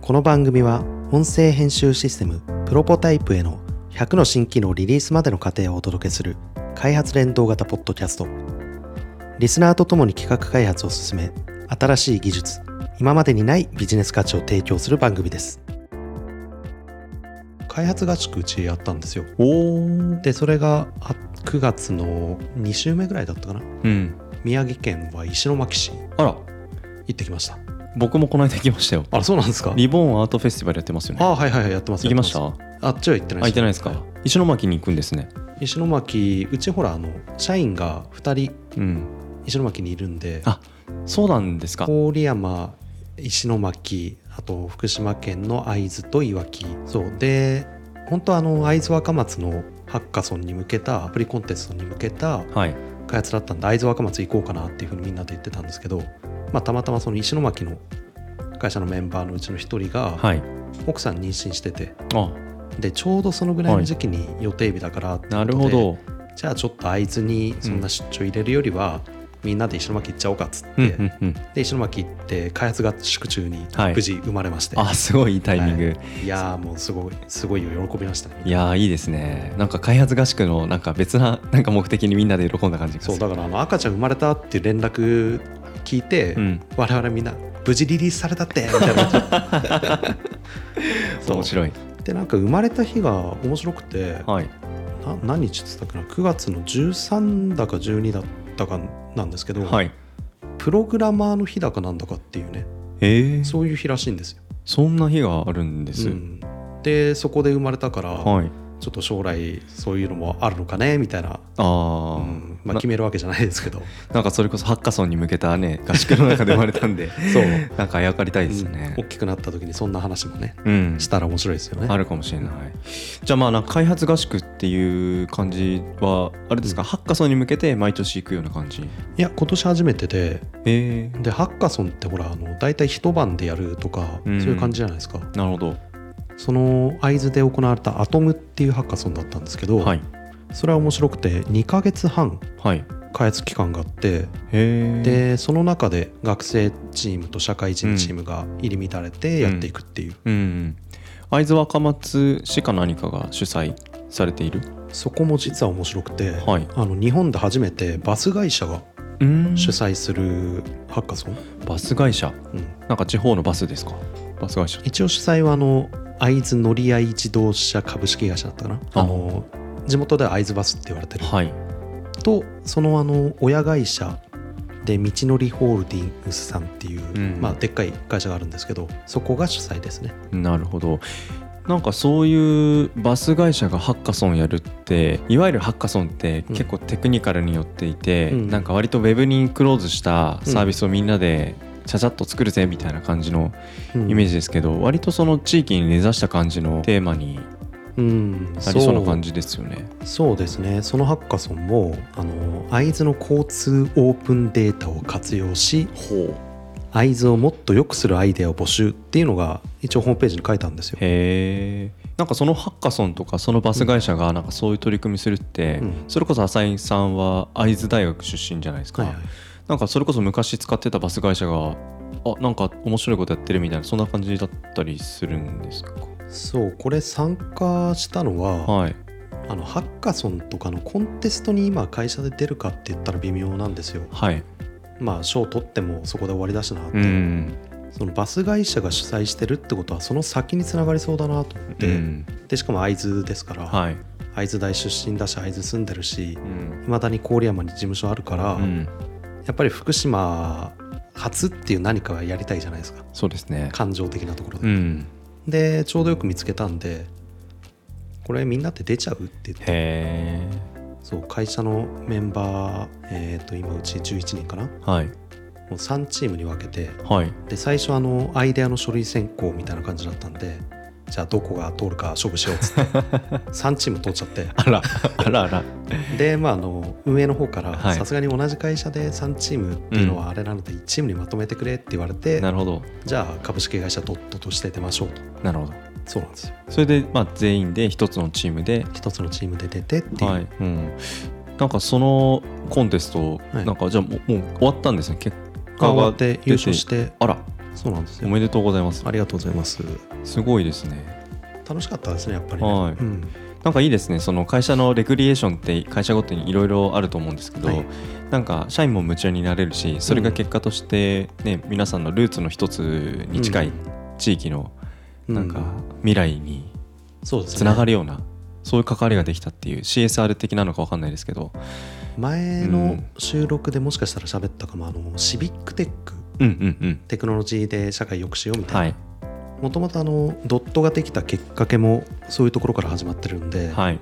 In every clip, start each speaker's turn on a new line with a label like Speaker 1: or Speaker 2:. Speaker 1: この番組は音声編集システムプロポタイプへの100の新機能リリースまでの過程をお届けする開発連動型ポッドキャストリスナーとともに企画開発を進め新しい技術今までにないビジネス価値を提供する番組です開発合宿うちやったんですよ
Speaker 2: おー
Speaker 1: でそれがあ9月の2週目ぐらいだったかな
Speaker 2: うん
Speaker 1: 宮城県は石巻市
Speaker 2: あら
Speaker 1: 行ってきました
Speaker 2: 僕もこの間行きましたよ
Speaker 1: あそうなんですか
Speaker 2: リボンアートフェスティバルやってますよね
Speaker 1: あはいはいはいやってます
Speaker 2: 行きました
Speaker 1: やっ
Speaker 2: あ
Speaker 1: てますあっちは行ってない
Speaker 2: 行ってないですか、
Speaker 1: は
Speaker 2: 石巻に行くんですね
Speaker 1: 石巻うちほらあの社員が2人
Speaker 2: うん
Speaker 1: 石巻にいるんで
Speaker 2: あそうなんですか
Speaker 1: 郡山石巻あと福島県の会津といわきそうで本当はあの会津若松のハッカソンに向けたアプリコンテストに向けた
Speaker 2: はい
Speaker 1: 開発だったんで会津若松行こうかなっていうふうにみんなで言ってたんですけど、まあ、たまたまその石巻の会社のメンバーのうちの一人が
Speaker 2: はい
Speaker 1: 奥さん妊娠してて
Speaker 2: あ
Speaker 1: でちょうどそのぐらいの時期に予定日だからってことで
Speaker 2: なるほど
Speaker 1: じゃあちょっと会津にそんな出張入れるよりは、みんなで石巻行っちゃおうかっつって、
Speaker 2: うんうんうん
Speaker 1: で石巻行って開発合宿中に
Speaker 2: はい
Speaker 1: 無事生まれまして、
Speaker 2: あすごいいいタイミング、
Speaker 1: い、やーもうすごいすごい喜びましたね
Speaker 2: い、やーいいですねなんか開発合宿のなんか別な なんか目的にみんなで喜んだ感じがす
Speaker 1: そ
Speaker 2: る
Speaker 1: うだからあの赤ちゃん生まれたっていう連絡聞いて、
Speaker 2: うん
Speaker 1: 我々みんな無事リリースされたってみたいな感 じそう
Speaker 2: 面白い
Speaker 1: でなんか生まれた日が面白くて、
Speaker 2: はい
Speaker 1: な何日っつったかな9月の13だか12だったかなんですけど、
Speaker 2: はい
Speaker 1: プログラマーの日だかなんだかっていうね
Speaker 2: えー、そ
Speaker 1: そういう日らしいんですよ、
Speaker 2: んな日があるんです、
Speaker 1: うんでそこで生まれたから、
Speaker 2: はい
Speaker 1: ちょっと将来そういうのもあるのかねみたいな、う
Speaker 2: あー、
Speaker 1: んまあ、
Speaker 2: な
Speaker 1: 決めるわけじゃないですけど
Speaker 2: なん かそれこそハッカソンに向けたね合宿の中で生まれたん で
Speaker 1: そう、
Speaker 2: なんかあやかりたいですよ
Speaker 1: うん
Speaker 2: ね
Speaker 1: 大。きくなった時にそんな話もね
Speaker 2: うん、
Speaker 1: したら面白いですよね、
Speaker 2: あるかもしれない。じゃあまあなんか開発合宿っていう感じはあれですか、ハッカソンに向けて毎年行くような感じ。
Speaker 1: いや今年初めてで
Speaker 2: え
Speaker 1: でハッカソンってほらあの大体一晩でやるとか、
Speaker 2: うん
Speaker 1: そういう感じじゃないですか
Speaker 2: ー、なるほど。
Speaker 1: その会津で行われたアトムっていうハッカソンだったんですけど、
Speaker 2: はい
Speaker 1: それは面白くて2ヶ月半
Speaker 2: はい。
Speaker 1: 開発期間があって
Speaker 2: へえ。
Speaker 1: でその中で学生チームと社会人チームが入り乱れてやっていくっていう、
Speaker 2: うんうん。会津若松市か何かが主催されている。
Speaker 1: そこも実は面白くて、
Speaker 2: はい
Speaker 1: あの日本で初めてバス会社が
Speaker 2: うん
Speaker 1: 主催するハッカソン、
Speaker 2: バス会社。
Speaker 1: うん
Speaker 2: なんか地方のバスですか。バス会社。
Speaker 1: 一応主催はあの会津乗り合い自動車株式会社だったかな
Speaker 2: あ
Speaker 1: あの地元では会津バスって言われてる
Speaker 2: はい。
Speaker 1: とそのあの親会社で道のりホールディングスさんっていう、
Speaker 2: うん
Speaker 1: まあ、でっかい会社があるんですけどそこが主催ですね
Speaker 2: なるほどなんかそういうバス会社がハッカソンやるっていわゆるハッカソンって
Speaker 1: うん
Speaker 2: 結構テクニカルによっていて、
Speaker 1: うん
Speaker 2: なんか割とウェブにクローズしたサービスをみんなでちゃちゃっと作るぜみたいな感じのイメー
Speaker 1: ジ
Speaker 2: ジですけど、割とその地域に根ざした感じのテーマに
Speaker 1: うん
Speaker 2: なりそうな
Speaker 1: じ
Speaker 2: 感じですよね。
Speaker 1: そうですねそのハッカソンもあの会津の交通オープンデータを活用し
Speaker 2: ほう
Speaker 1: 会津をもっと良くするアイデアを募集っていうのが一応ホームページに書いたんですよ。
Speaker 2: へえなんかそのハッカソンとかそのバス会社がなんかそういう取り組みするって、
Speaker 1: うん
Speaker 2: それこそ浅井さんは会津大学出身じゃないですか、
Speaker 1: はいはい
Speaker 2: なんかそれこそ昔使ってたバス会社があなんか面白いことやってるみたいなそんな感じだったりするんですか
Speaker 1: そうこれ参加したのは、
Speaker 2: はい
Speaker 1: あのハッカソンとかのコンテストに今会社で出るかって言ったら微妙なんですよ。
Speaker 2: はい
Speaker 1: まあ賞取ってもそこで終わりだしなって、
Speaker 2: うん
Speaker 1: そのバス会社が主催してるってことはその先につながりそうだなと思って、
Speaker 2: うん
Speaker 1: でしかも会津ですから、
Speaker 2: はい
Speaker 1: 会津大出身だし会津住んでるし
Speaker 2: うん
Speaker 1: いまだに郡山に事務所あるから、
Speaker 2: うん
Speaker 1: やっぱり福島初っていう何かはやりたいじゃないですか
Speaker 2: そうですね
Speaker 1: 感情的なところで、
Speaker 2: うん
Speaker 1: でちょうどよく見つけたんでこれみんなって出ちゃうって言って
Speaker 2: へえ
Speaker 1: そう会社のメンバー、えー、と今うち11人かなも
Speaker 2: はいう
Speaker 1: 3チームに分けて
Speaker 2: はい
Speaker 1: で最初あのアイデアの書類選考みたいな感じだったんでじゃあどこが通るか勝負しようっつって 3チーム通っちゃって
Speaker 2: あらあらあら
Speaker 1: で、まあ、あの運営の方から
Speaker 2: はい
Speaker 1: さすがに同じ会社で3チームっていうのはあれなので1チームにまとめてくれって言われて、
Speaker 2: なるほど
Speaker 1: じゃあ株式会社ドットとして出ましょうと
Speaker 2: なるほど
Speaker 1: そうなんですよ
Speaker 2: それでまあ全員で一つのチームで
Speaker 1: 一つのチームで出てっていう、
Speaker 2: はいうんなんかそのコンテスト
Speaker 1: はい
Speaker 2: なんかじゃあもうもう終わったんですね結
Speaker 1: あ
Speaker 2: 果
Speaker 1: 終わ
Speaker 2: が
Speaker 1: って優勝して
Speaker 2: あら
Speaker 1: そうなんです
Speaker 2: お
Speaker 1: よ
Speaker 2: めでとうございます
Speaker 1: ありがとうございます
Speaker 2: すごいですね
Speaker 1: 楽しかったですねやっぱりね、
Speaker 2: はい
Speaker 1: うん
Speaker 2: なんかいいですねその会社のレクリエーションって会社ごとにいろいろあると思うんですけど、
Speaker 1: はい
Speaker 2: なんか社員も夢中になれるしそれが結果として、ね皆さんのルーツの一つに近
Speaker 1: う
Speaker 2: い
Speaker 1: ん
Speaker 2: 地域の
Speaker 1: う
Speaker 2: なんか未来に
Speaker 1: そうですね
Speaker 2: つながるような、そういう関わりができたっていう CSR 的なのかわかんないですけど、
Speaker 1: 前
Speaker 2: う
Speaker 1: の
Speaker 2: ん
Speaker 1: 収録でもしかしたら喋ったかもあのシビックテック
Speaker 2: うんうん
Speaker 1: テクノロジーで社会良くしようみ
Speaker 2: うん、
Speaker 1: た
Speaker 2: はいい、
Speaker 1: なもともとあのドットができたきっかけもそういうところから始まってるんで、
Speaker 2: はい、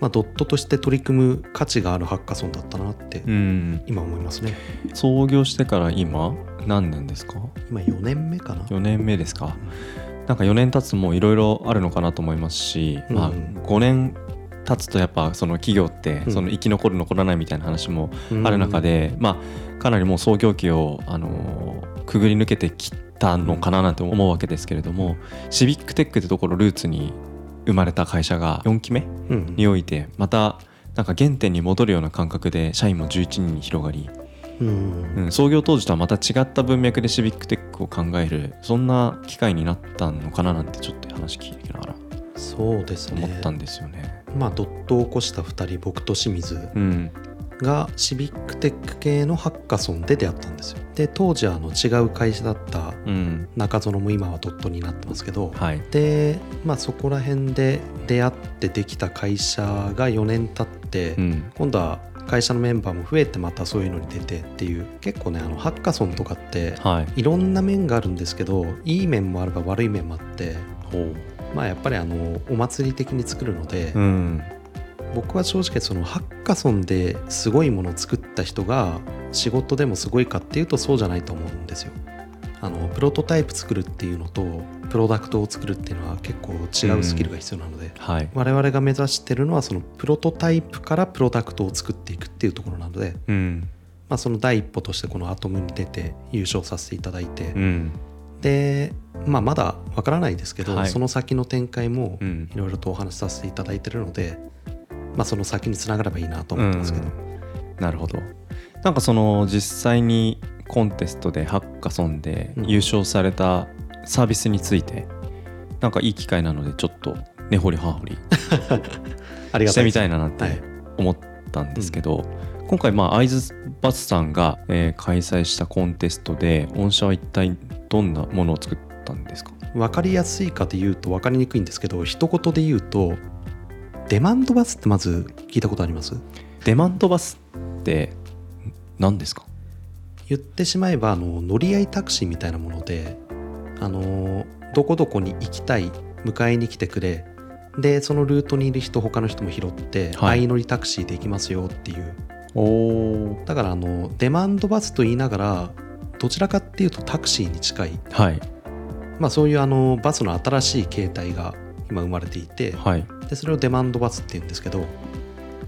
Speaker 1: まあ、ドットとして取り組む価値があるハッカソンだったなって
Speaker 2: うん、
Speaker 1: 今思いますね
Speaker 2: 創業してから今何年ですか
Speaker 1: 今4年目かな
Speaker 2: 4年目ですかなんか4年経つともいろいろあるのかなと思いますし、
Speaker 1: うん
Speaker 2: まあ、5年経つとやっぱその企業って
Speaker 1: うん
Speaker 2: その生き残る残らないみたいな話も
Speaker 1: うん
Speaker 2: ある中で、まあ、かなりもう創業期を、あのーくぐり抜けてきたのかななんて思うわけですけれどもシビックテックってところをルーツに生まれた会社が4期目
Speaker 1: うん
Speaker 2: においてまたなんか原点に戻るような感覚で社員も11人に広がり
Speaker 1: うん
Speaker 2: うん、創業当時とはまた違った文脈でシビックテックを考えるそんな機会になったのかななんてちょっと話聞きながら
Speaker 1: そうです
Speaker 2: 思
Speaker 1: ね
Speaker 2: ったんですよね。
Speaker 1: まあドットを起こした2人僕と清水
Speaker 2: うん、
Speaker 1: がシビックテック系のハッカソンで出会ったんですよで当時あの違う会社だった
Speaker 2: うん、
Speaker 1: 中園も今はドットになってますけど、
Speaker 2: はい、
Speaker 1: で、まあ、そこら辺で出会ってできた会社が4年経って、
Speaker 2: うん、
Speaker 1: 今度は会社のメンバーも増えてまたそういうのに出てっていう結構ねあのハッカソンとかって
Speaker 2: はい、
Speaker 1: いろんな面があるんですけどいい面もあれば悪い面もあってまあやっぱりあのお祭り的に作るので、
Speaker 2: うん、
Speaker 1: 僕は正直そのハッカソンですごいものを作った人が仕事でもすごいかっていうとそうじゃないと思うんですよ。あのプロトタイプ作るっていうのとプロダクトを作るっていうのは結構違うスキルが必要なので、
Speaker 2: はい、
Speaker 1: 我々が目指してるのはそのプロトタイプからプロダクトを作っていくっていうところなので、
Speaker 2: うん、
Speaker 1: まあ、その第一歩としてこのアトムに出て優勝させていただいて、
Speaker 2: うん、
Speaker 1: で、まあ、まだわからないですけど、
Speaker 2: はい
Speaker 1: その先の展開も、
Speaker 2: うん
Speaker 1: い、ろいろとお話しさせていただいてるので、まあ、その先につながればいいなと思ってますけど、
Speaker 2: うんなるほど。なんかその実際にコンテストでハッカソンで優勝されたサービスについて、なんかいい機会なのでちょっと根掘り葉掘り
Speaker 1: ありが
Speaker 2: したて
Speaker 1: いで
Speaker 2: み
Speaker 1: す
Speaker 2: たいななん
Speaker 1: はい
Speaker 2: て思ったんですけど、今回まあ会津バスさんが、えー開催したコンテストで御社は一体どんなものを作ったんですか
Speaker 1: 分かりやすいかで言うと分かりにくいんですけど一言で言うとデマンドバスってまず聞いたことあります
Speaker 2: デマンドバスって何ですか
Speaker 1: 言ってしまえばあの乗り合いタクシーみたいなものであのどこどこに行きたい迎えに来てくれでそのルートにいる人他の人も拾って、
Speaker 2: はい
Speaker 1: 相乗りタクシーで行きますよっていう
Speaker 2: おお
Speaker 1: だからあのデマンドバスと言いながらどちらかっていうとタクシーに近い
Speaker 2: はい
Speaker 1: まあ、そういうあのバスの新しい形態が今生まれていて
Speaker 2: はい
Speaker 1: でそれをデマンドバスっていうんですけど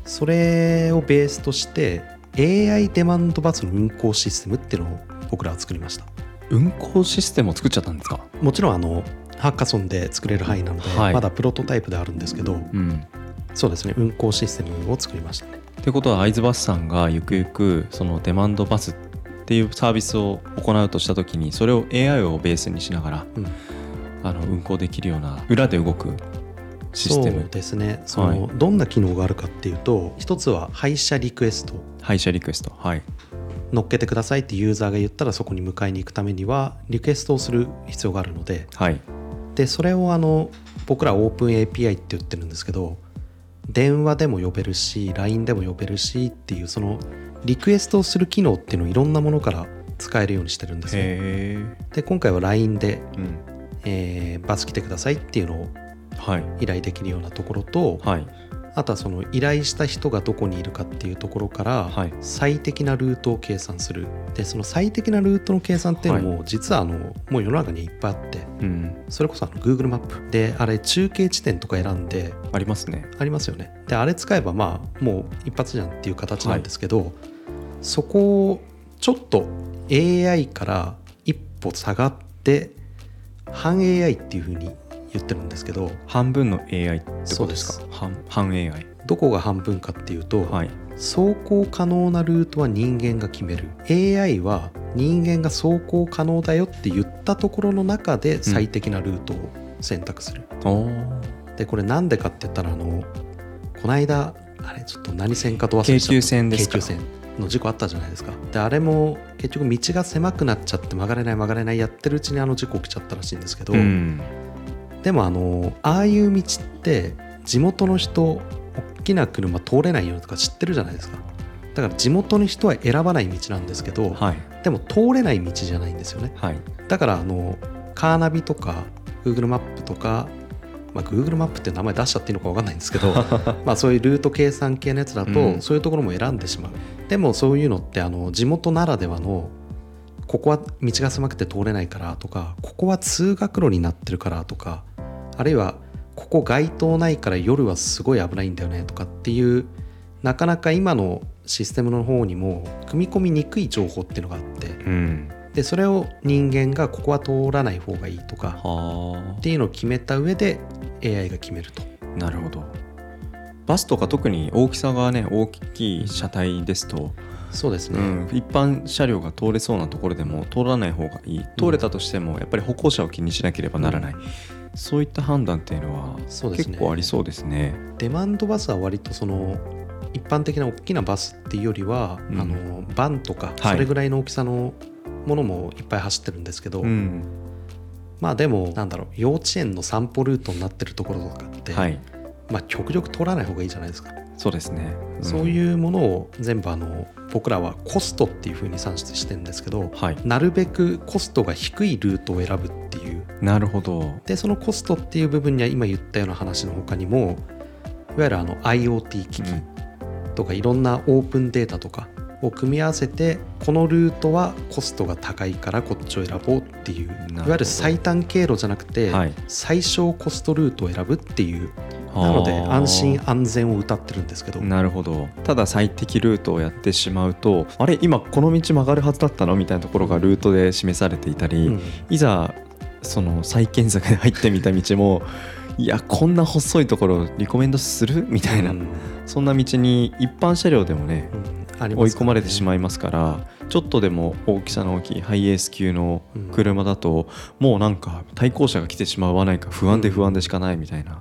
Speaker 1: それをベースとして AI デマンドバスの運行システムっていうのを僕らは作りました
Speaker 2: 運行システムを作っちゃったんですか
Speaker 1: もちろんあのハッカソンで作れる範囲なので、
Speaker 2: はい
Speaker 1: まだプロトタイプであるんですけど
Speaker 2: うん
Speaker 1: そうですね運行システムを作りましたね
Speaker 2: ってことは会津バスさんがゆくゆくそのデマンドバスっていうサービスを行うとした時にそれを AI をベースにしながら、
Speaker 1: うん
Speaker 2: あの運行できるような裏で動くシステ
Speaker 1: そう
Speaker 2: ム
Speaker 1: ですねその、どんな機能があるかっていうと一つは配車リクエスト
Speaker 2: 配車リクエストはい
Speaker 1: 乗っけてくださいってユーザーが言ったらそこに迎えに行くためにはリクエストをする必要があるので
Speaker 2: はい
Speaker 1: でそれをあの僕らオープン API って言ってるんですけど電話でも呼べるし LINE でも呼べるしっていうそのリクエストをする機能っていうのをいろんなものから使えるようにしてるんですね
Speaker 2: へ
Speaker 1: で今回は LINE で、
Speaker 2: えうん
Speaker 1: えーバス来てくださいっていうのを
Speaker 2: はい
Speaker 1: 依頼できるようなところと
Speaker 2: はい
Speaker 1: あとはその依頼した人がどこにいるかっていうところから
Speaker 2: はい
Speaker 1: 最適なルートを計算するでその最適なルートの計算っていうのも実はあのもう世の中にいっぱいあって
Speaker 2: うん
Speaker 1: それこそあの Google マップであれ中継地点とか選んで
Speaker 2: ありますね
Speaker 1: ありますよねであれ使えばまあもう一発じゃんっていう形なんですけど、そこをちょっと AI から一歩下がって半 AI っていう風に言ってるんですけど
Speaker 2: 半分の AI ってことです
Speaker 1: そ
Speaker 2: か半半 AI
Speaker 1: どこが半分かっていうと、
Speaker 2: はい
Speaker 1: 走行可能なルートは人間が決める AI は人間が走行可能だよって言ったところの中で最適なルートを選択する、
Speaker 2: おー
Speaker 1: でこれなんでかって言ったらあのこの間あれちょっと何線かと忘れちゃった
Speaker 2: 京急線ですか
Speaker 1: 京急線の事故あったじゃないですかであれも結局道が狭くなっちゃって曲がれない曲がれないやってるうちにあの事故起きちゃったらしいんですけど、
Speaker 2: うん
Speaker 1: でもあのああいう道って地元の人大きな車通れないよとか知ってるじゃないですかだから地元の人は選ばない道なんですけど
Speaker 2: はい
Speaker 1: でも通れない道じゃないんですよね
Speaker 2: はい
Speaker 1: だからあのカーナビとか Google マップとか、まあ、Google マップって名前出しちゃっていいのか分かんないんです けどまあそういうルート計算系のやつだと、
Speaker 2: うん
Speaker 1: そういうところも選んでしまうでもそういうのってあの地元ならではのここは道が狭くて通れないからとかここは通学路になってるからとかあるいはここ街灯ないから夜はすごい危ないんだよねとかっていうなかなか今のシステムの方にも組み込みにくい情報っていうのがあって
Speaker 2: うん
Speaker 1: でそれを人間がここは通らない方がいいとか
Speaker 2: は
Speaker 1: っていうのを決めた上で AI が決めると
Speaker 2: あなるほどバスとか特に大きさがね大きい車体ですと、
Speaker 1: そうです
Speaker 2: う
Speaker 1: ね、
Speaker 2: ん、一般車両が通れそうなところでも通らない方がいい通れたとしてもやっぱり歩行者を気にしなければならない、そういった判断っていうのは
Speaker 1: そうです
Speaker 2: 結
Speaker 1: ね
Speaker 2: 構ありそうですね
Speaker 1: デマンドバスは割とその一般的な大きなバスっていうよりは、
Speaker 2: うん
Speaker 1: あのバンとか
Speaker 2: はい
Speaker 1: それぐらいの大きさのものもいっぱい走ってるんですけど、
Speaker 2: うん
Speaker 1: まあでもなんだろう幼稚園の散歩ルートになってるところとかって、
Speaker 2: はい
Speaker 1: まあ、極力通らない方がいいじゃないですか、
Speaker 2: そうですね、
Speaker 1: そう
Speaker 2: うん
Speaker 1: いうものを全部あの僕らはコストっていうふうに算出してるんですけど
Speaker 2: はい
Speaker 1: なるべくコストが低いルートを選ぶっていう
Speaker 2: なるほど
Speaker 1: でそのコストっていう部分には今言ったような話の他にもいわゆるあの IoT 機器とかいろんなオープンデータとかを組み合わせてこのルートはコストが高いからこっちを選ぼうっていう
Speaker 2: ほど
Speaker 1: いわゆる最短経路じゃなくて
Speaker 2: はい
Speaker 1: 最小コストルートを選ぶっていうなので
Speaker 2: あー
Speaker 1: 安心安全を謳ってるんですけど
Speaker 2: なるほどただ最適ルートをやってしまうとあれ今この道曲がるはずだったのみたいなところがルートで示されていたり、
Speaker 1: うん
Speaker 2: いざその再検索で入ってみた道 もいやこんな細いところリコメンドするみたいな、
Speaker 1: うん
Speaker 2: そんな道に一般車両でもね
Speaker 1: うんありますからね
Speaker 2: 追い込まれてしまいますからちょっとでも大きさの大きいハイエース級の車だと、もうなんか対向車が来てしまわないか不安で不安でしかないみたいな、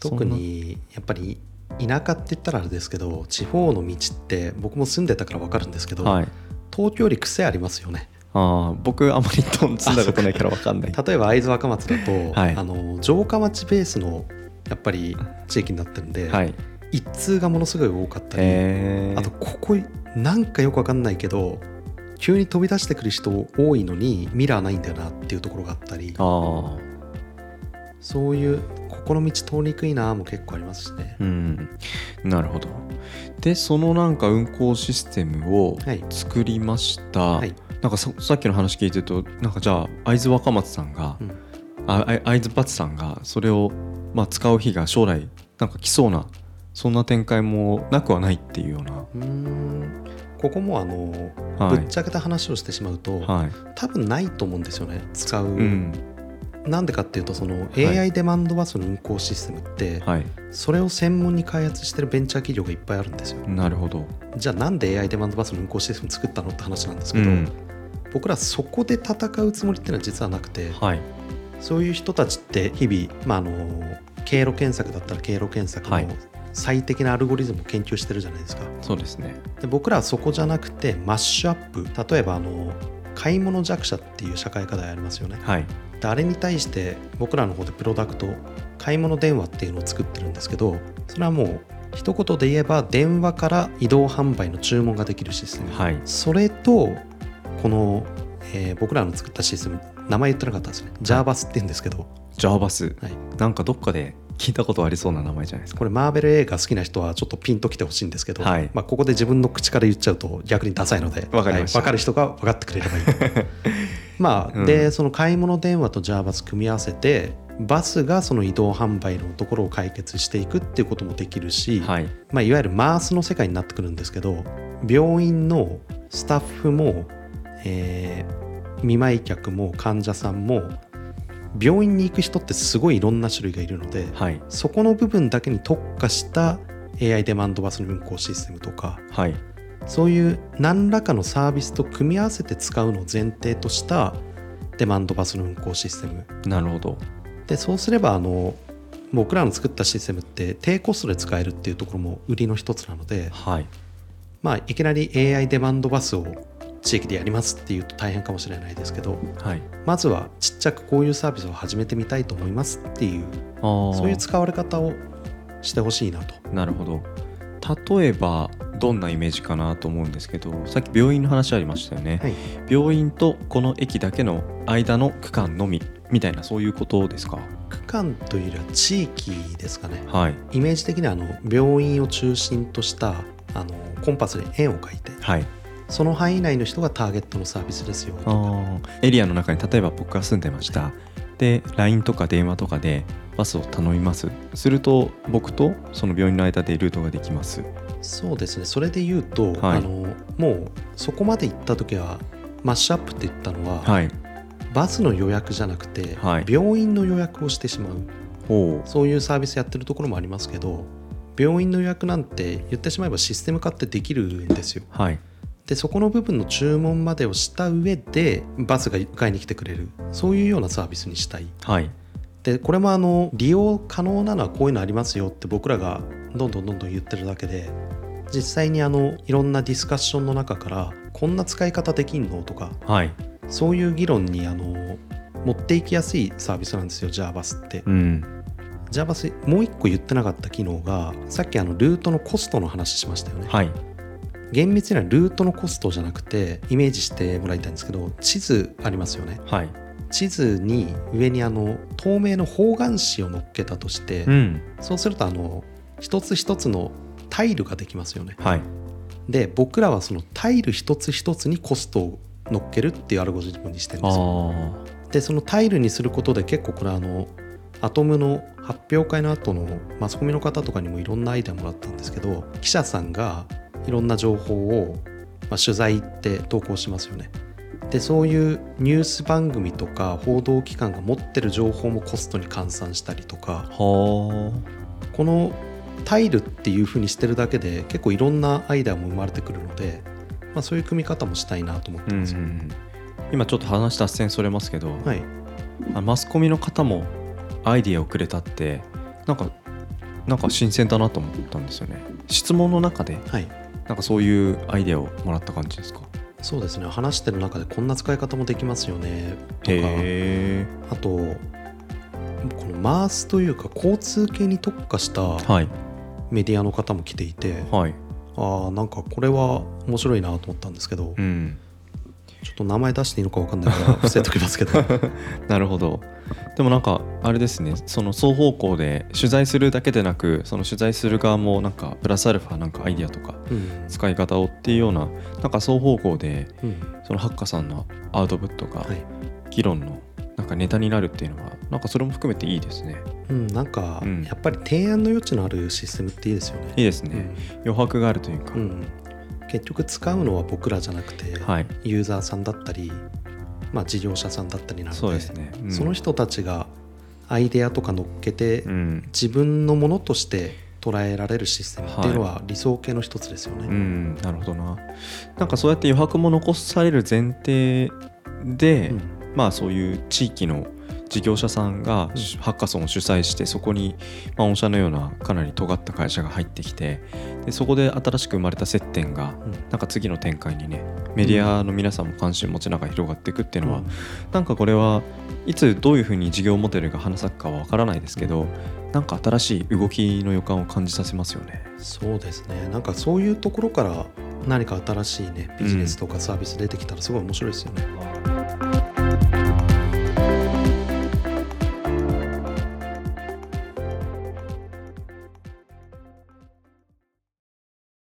Speaker 1: 特にやっぱり田舎って言ったらあれですけど地方の道って僕も住んでたから分かるんですけ
Speaker 2: そ
Speaker 1: ど、
Speaker 2: んなはい
Speaker 1: 東京より癖ありますよね
Speaker 2: あー僕あまりと積んだことないから分か んない
Speaker 1: 例えば会津若松だと、
Speaker 2: はい
Speaker 1: あの城下町ベースのやっぱり地域になってるんで、
Speaker 2: はい
Speaker 1: 一通がものすごい多かったり、
Speaker 2: へー
Speaker 1: あとここなんかよく分かんないけど急に飛び出してくる人多いのにミラーないんだよなっていうところがあったり
Speaker 2: ああ
Speaker 1: そういうここの道通りにくいなも結構ありますしね。
Speaker 2: うんなるほどでそのなんか運行システムを
Speaker 1: はい
Speaker 2: 作りました、
Speaker 1: はい
Speaker 2: なんかささっきの話聞いてるとなんかじゃあ会津若松さんが、
Speaker 1: うん
Speaker 2: ああ会津バツさんがそれを、まあ、使う日が将来なんか来そうなそんな展開もなくはないっていうような、
Speaker 1: うーんここもあの、
Speaker 2: はい、
Speaker 1: ぶっちゃけた話をしてしまうと、
Speaker 2: はい
Speaker 1: 多分ないと思うんですよね使う、
Speaker 2: うん
Speaker 1: なんでかっていうとその
Speaker 2: い
Speaker 1: AI デマンドバスの運行システムって、
Speaker 2: はい、
Speaker 1: それを専門に開発してるベンチャー企業がいっぱいあるんですよ
Speaker 2: なるほど、
Speaker 1: じゃあなんで AI デマンドバスの運行システム作ったのって話なんですけど、
Speaker 2: うん
Speaker 1: 僕らそこで戦うつもりっていうのは実はなくて
Speaker 2: はい
Speaker 1: そういう人たちって日々、まあ、あの経路検索だったら経路検索
Speaker 2: はい
Speaker 1: の最適なアルゴリズムを研究してるじゃないですか、
Speaker 2: そうですね
Speaker 1: で僕らはそこじゃなくてマッシュアップ例えばあの買い物弱者っていう社会課題ありますよね
Speaker 2: はい
Speaker 1: であれに対して僕らの方でプロダクト買い物電話っていうのを作ってるんですけどそれはもう一言で言えば電話から移動販売の注文ができるシステム、
Speaker 2: はい
Speaker 1: それとこの、えー僕らの作ったシステム名前言ってなかったですね JAVAS って言うんですけど、
Speaker 2: ジャーバス
Speaker 1: はい、
Speaker 2: なんかどっかで聞いたことありそうな名前じゃないですか
Speaker 1: これマーベル映画好きな人はちょっとピンときてほしいんですけど、
Speaker 2: はい
Speaker 1: まあ、ここで自分の口から言っちゃうと逆にダサいので
Speaker 2: わかりました
Speaker 1: はいわかる人が分かってくれればいい まあ、
Speaker 2: うん
Speaker 1: でその買い物電話と JAVAS 組み合わせてバスがその移動販売のところを解決していくっていうこともできるし、い
Speaker 2: はい
Speaker 1: まあ、いわゆるマースの世界になってくるんですけど病院のスタッフも、えー見舞い客も患者さんも病院に行く人ってすごいいろんな種類がいるので
Speaker 2: はい
Speaker 1: そこの部分だけに特化した AI デマンドバスの運行システムとか
Speaker 2: はい
Speaker 1: そういう何らかのサービスと組み合わせて使うのを前提としたデマンドバスの運行システム
Speaker 2: なるほど
Speaker 1: でそうすればあの僕らの作ったシステムって低コストで使えるっていうところも売りの一つなので、
Speaker 2: はい
Speaker 1: まあ、いきなり AI デマンドバスを地域でやりますっていうと大変かもしれないですけど
Speaker 2: はい
Speaker 1: まずはちっちゃくこういうサービスを始めてみたいと思いますっていう
Speaker 2: あー
Speaker 1: そういう使われ方をしてほしいなと。
Speaker 2: なるほど例えばどんなイメージかなと思うんですけどさっき病院の話ありましたよね、
Speaker 1: はい
Speaker 2: 病院とこの駅だけの間の区間のみみたいなそういうことですか
Speaker 1: 区間というよりは地域ですかね
Speaker 2: はい
Speaker 1: イメージ的にはあの病院を中心としたあのコンパスで円を描いて
Speaker 2: はい
Speaker 1: その範囲内の人がターゲットのサービスですよと
Speaker 2: あ
Speaker 1: か
Speaker 2: ーエリアの中に例えば僕が住んでましたで LINE とか電話とかでバスを頼みますすると僕とその病院の間でルートができます
Speaker 1: そうですねそれで言うと、
Speaker 2: はい
Speaker 1: あのもうそこまで行った時はマッシュアップって言ったのは、
Speaker 2: はい
Speaker 1: バスの予約じゃなくて、
Speaker 2: はい
Speaker 1: 病院の予約をしてしまう
Speaker 2: ほ
Speaker 1: そういうサービスやってるところもありますけど病院の予約なんて言ってしまえばシステム化ってできるんですよ
Speaker 2: うはい
Speaker 1: でそこの部分の注文までをした上でバスが迎えに来てくれるそういうようなサービスにしたい
Speaker 2: はい
Speaker 1: でこれもあの利用可能なのはこういうのありますよって僕らがどんどんどんどん言ってるだけで実際にあのいろんなディスカッションの中からこんな使い方できんのとか
Speaker 2: はい
Speaker 1: そういう議論にあの持っていきやすいサービスなんですよ JABAS って
Speaker 2: うん
Speaker 1: JABAS もう一個言ってなかった機能がさっきあのルートのコストの話しましたよね
Speaker 2: はい
Speaker 1: 厳密にはルートのコストじゃなくてイメージしてもらいたいんですけど地図ありますよね
Speaker 2: はい
Speaker 1: 地図に上にあの透明の方眼紙を乗っけたとして
Speaker 2: うん
Speaker 1: そうするとあの一つ一つのタイルができますよね
Speaker 2: はい
Speaker 1: で僕らはそのタイル一つ一つにコストを乗っけるっていうアルゴリズムにしてるん
Speaker 2: あ
Speaker 1: ですよ
Speaker 2: ー
Speaker 1: でそのタイルにすることで結構これあのアトムの発表会の後のマスコミの方とかにもいろんなアイデアもらったんですけど記者さんがいろんな情報を、まあ、取材って投稿しますよねでそういうニュース番組とか報道機関が持ってる情報もコストに換算したりとか
Speaker 2: は
Speaker 1: このタイルっていう風にしてるだけで結構いろんなアイデアも生まれてくるので、まあ、そういう組み方もしたいなと思っ
Speaker 2: あ、
Speaker 1: てます、
Speaker 2: 今ちょっと話脱線それますけど、
Speaker 1: はい、
Speaker 2: あマスコミの方もアイディアをくれたってなんかなんか新鮮だなと思ったんですよね質問の中で
Speaker 1: はい、
Speaker 2: なんかそういうアイディアをもらった感じですか
Speaker 1: そうですね話してる中でこんな使い方もできますよねとか
Speaker 2: へえ
Speaker 1: あとこのマースというか交通系に特化した
Speaker 2: はい
Speaker 1: メディアの方も来ていて
Speaker 2: はい
Speaker 1: ああなんかこれは面白いなと思ったんですけど
Speaker 2: うん
Speaker 1: ちょっと名前出していいのか分かんない から伏せときますけど
Speaker 2: なるほどでもなんかあれですねその双方向で取材するだけでなくその取材する側もなんかプラスアルファなんかアイディアとか
Speaker 1: うん
Speaker 2: 使い方をっていうようななんか双方向で
Speaker 1: うん
Speaker 2: そのハッカさんのアウトプットが
Speaker 1: はい
Speaker 2: 議論のなんかネタになるっていうのはなんかそれも含めていいですね
Speaker 1: うん、なんか
Speaker 2: うん
Speaker 1: やっぱり提案の余地のあるシステムっていいですよ
Speaker 2: い
Speaker 1: ね
Speaker 2: いですね、余白があるというか、
Speaker 1: うんうん結局使うのは僕らじゃなくて
Speaker 2: はい
Speaker 1: ユーザーさんだったりまあ事業者さんだったりなので
Speaker 2: そうですね、うん
Speaker 1: その人たちがアイデアとか乗っけて、
Speaker 2: うん、
Speaker 1: 自分のものとして捉えられるシステムっていうのは理想系の一つですよね。
Speaker 2: うん、なるほどななんかそうやって余白も残される前提で、
Speaker 1: うん
Speaker 2: まあそういう地域の事業者さんが
Speaker 1: うん
Speaker 2: ハッカソンを主催してそこに、まあ、御社のようなかなり尖った会社が入ってきてでそこで新しく生まれた接点が
Speaker 1: うん
Speaker 2: なんか次の展開にねメディアの皆さんも関心持ちながら広がっていくっていうのは、
Speaker 1: うん
Speaker 2: なんかこれはいつどういうふうに事業モデルが花咲くかはわからないですけど、なんか新しい動きの予感を感じさせますよね。
Speaker 1: そうですねなんかそういうところから何か新しいねビジネスとかサービス出てきたらすごい面白いですよね。
Speaker 2: は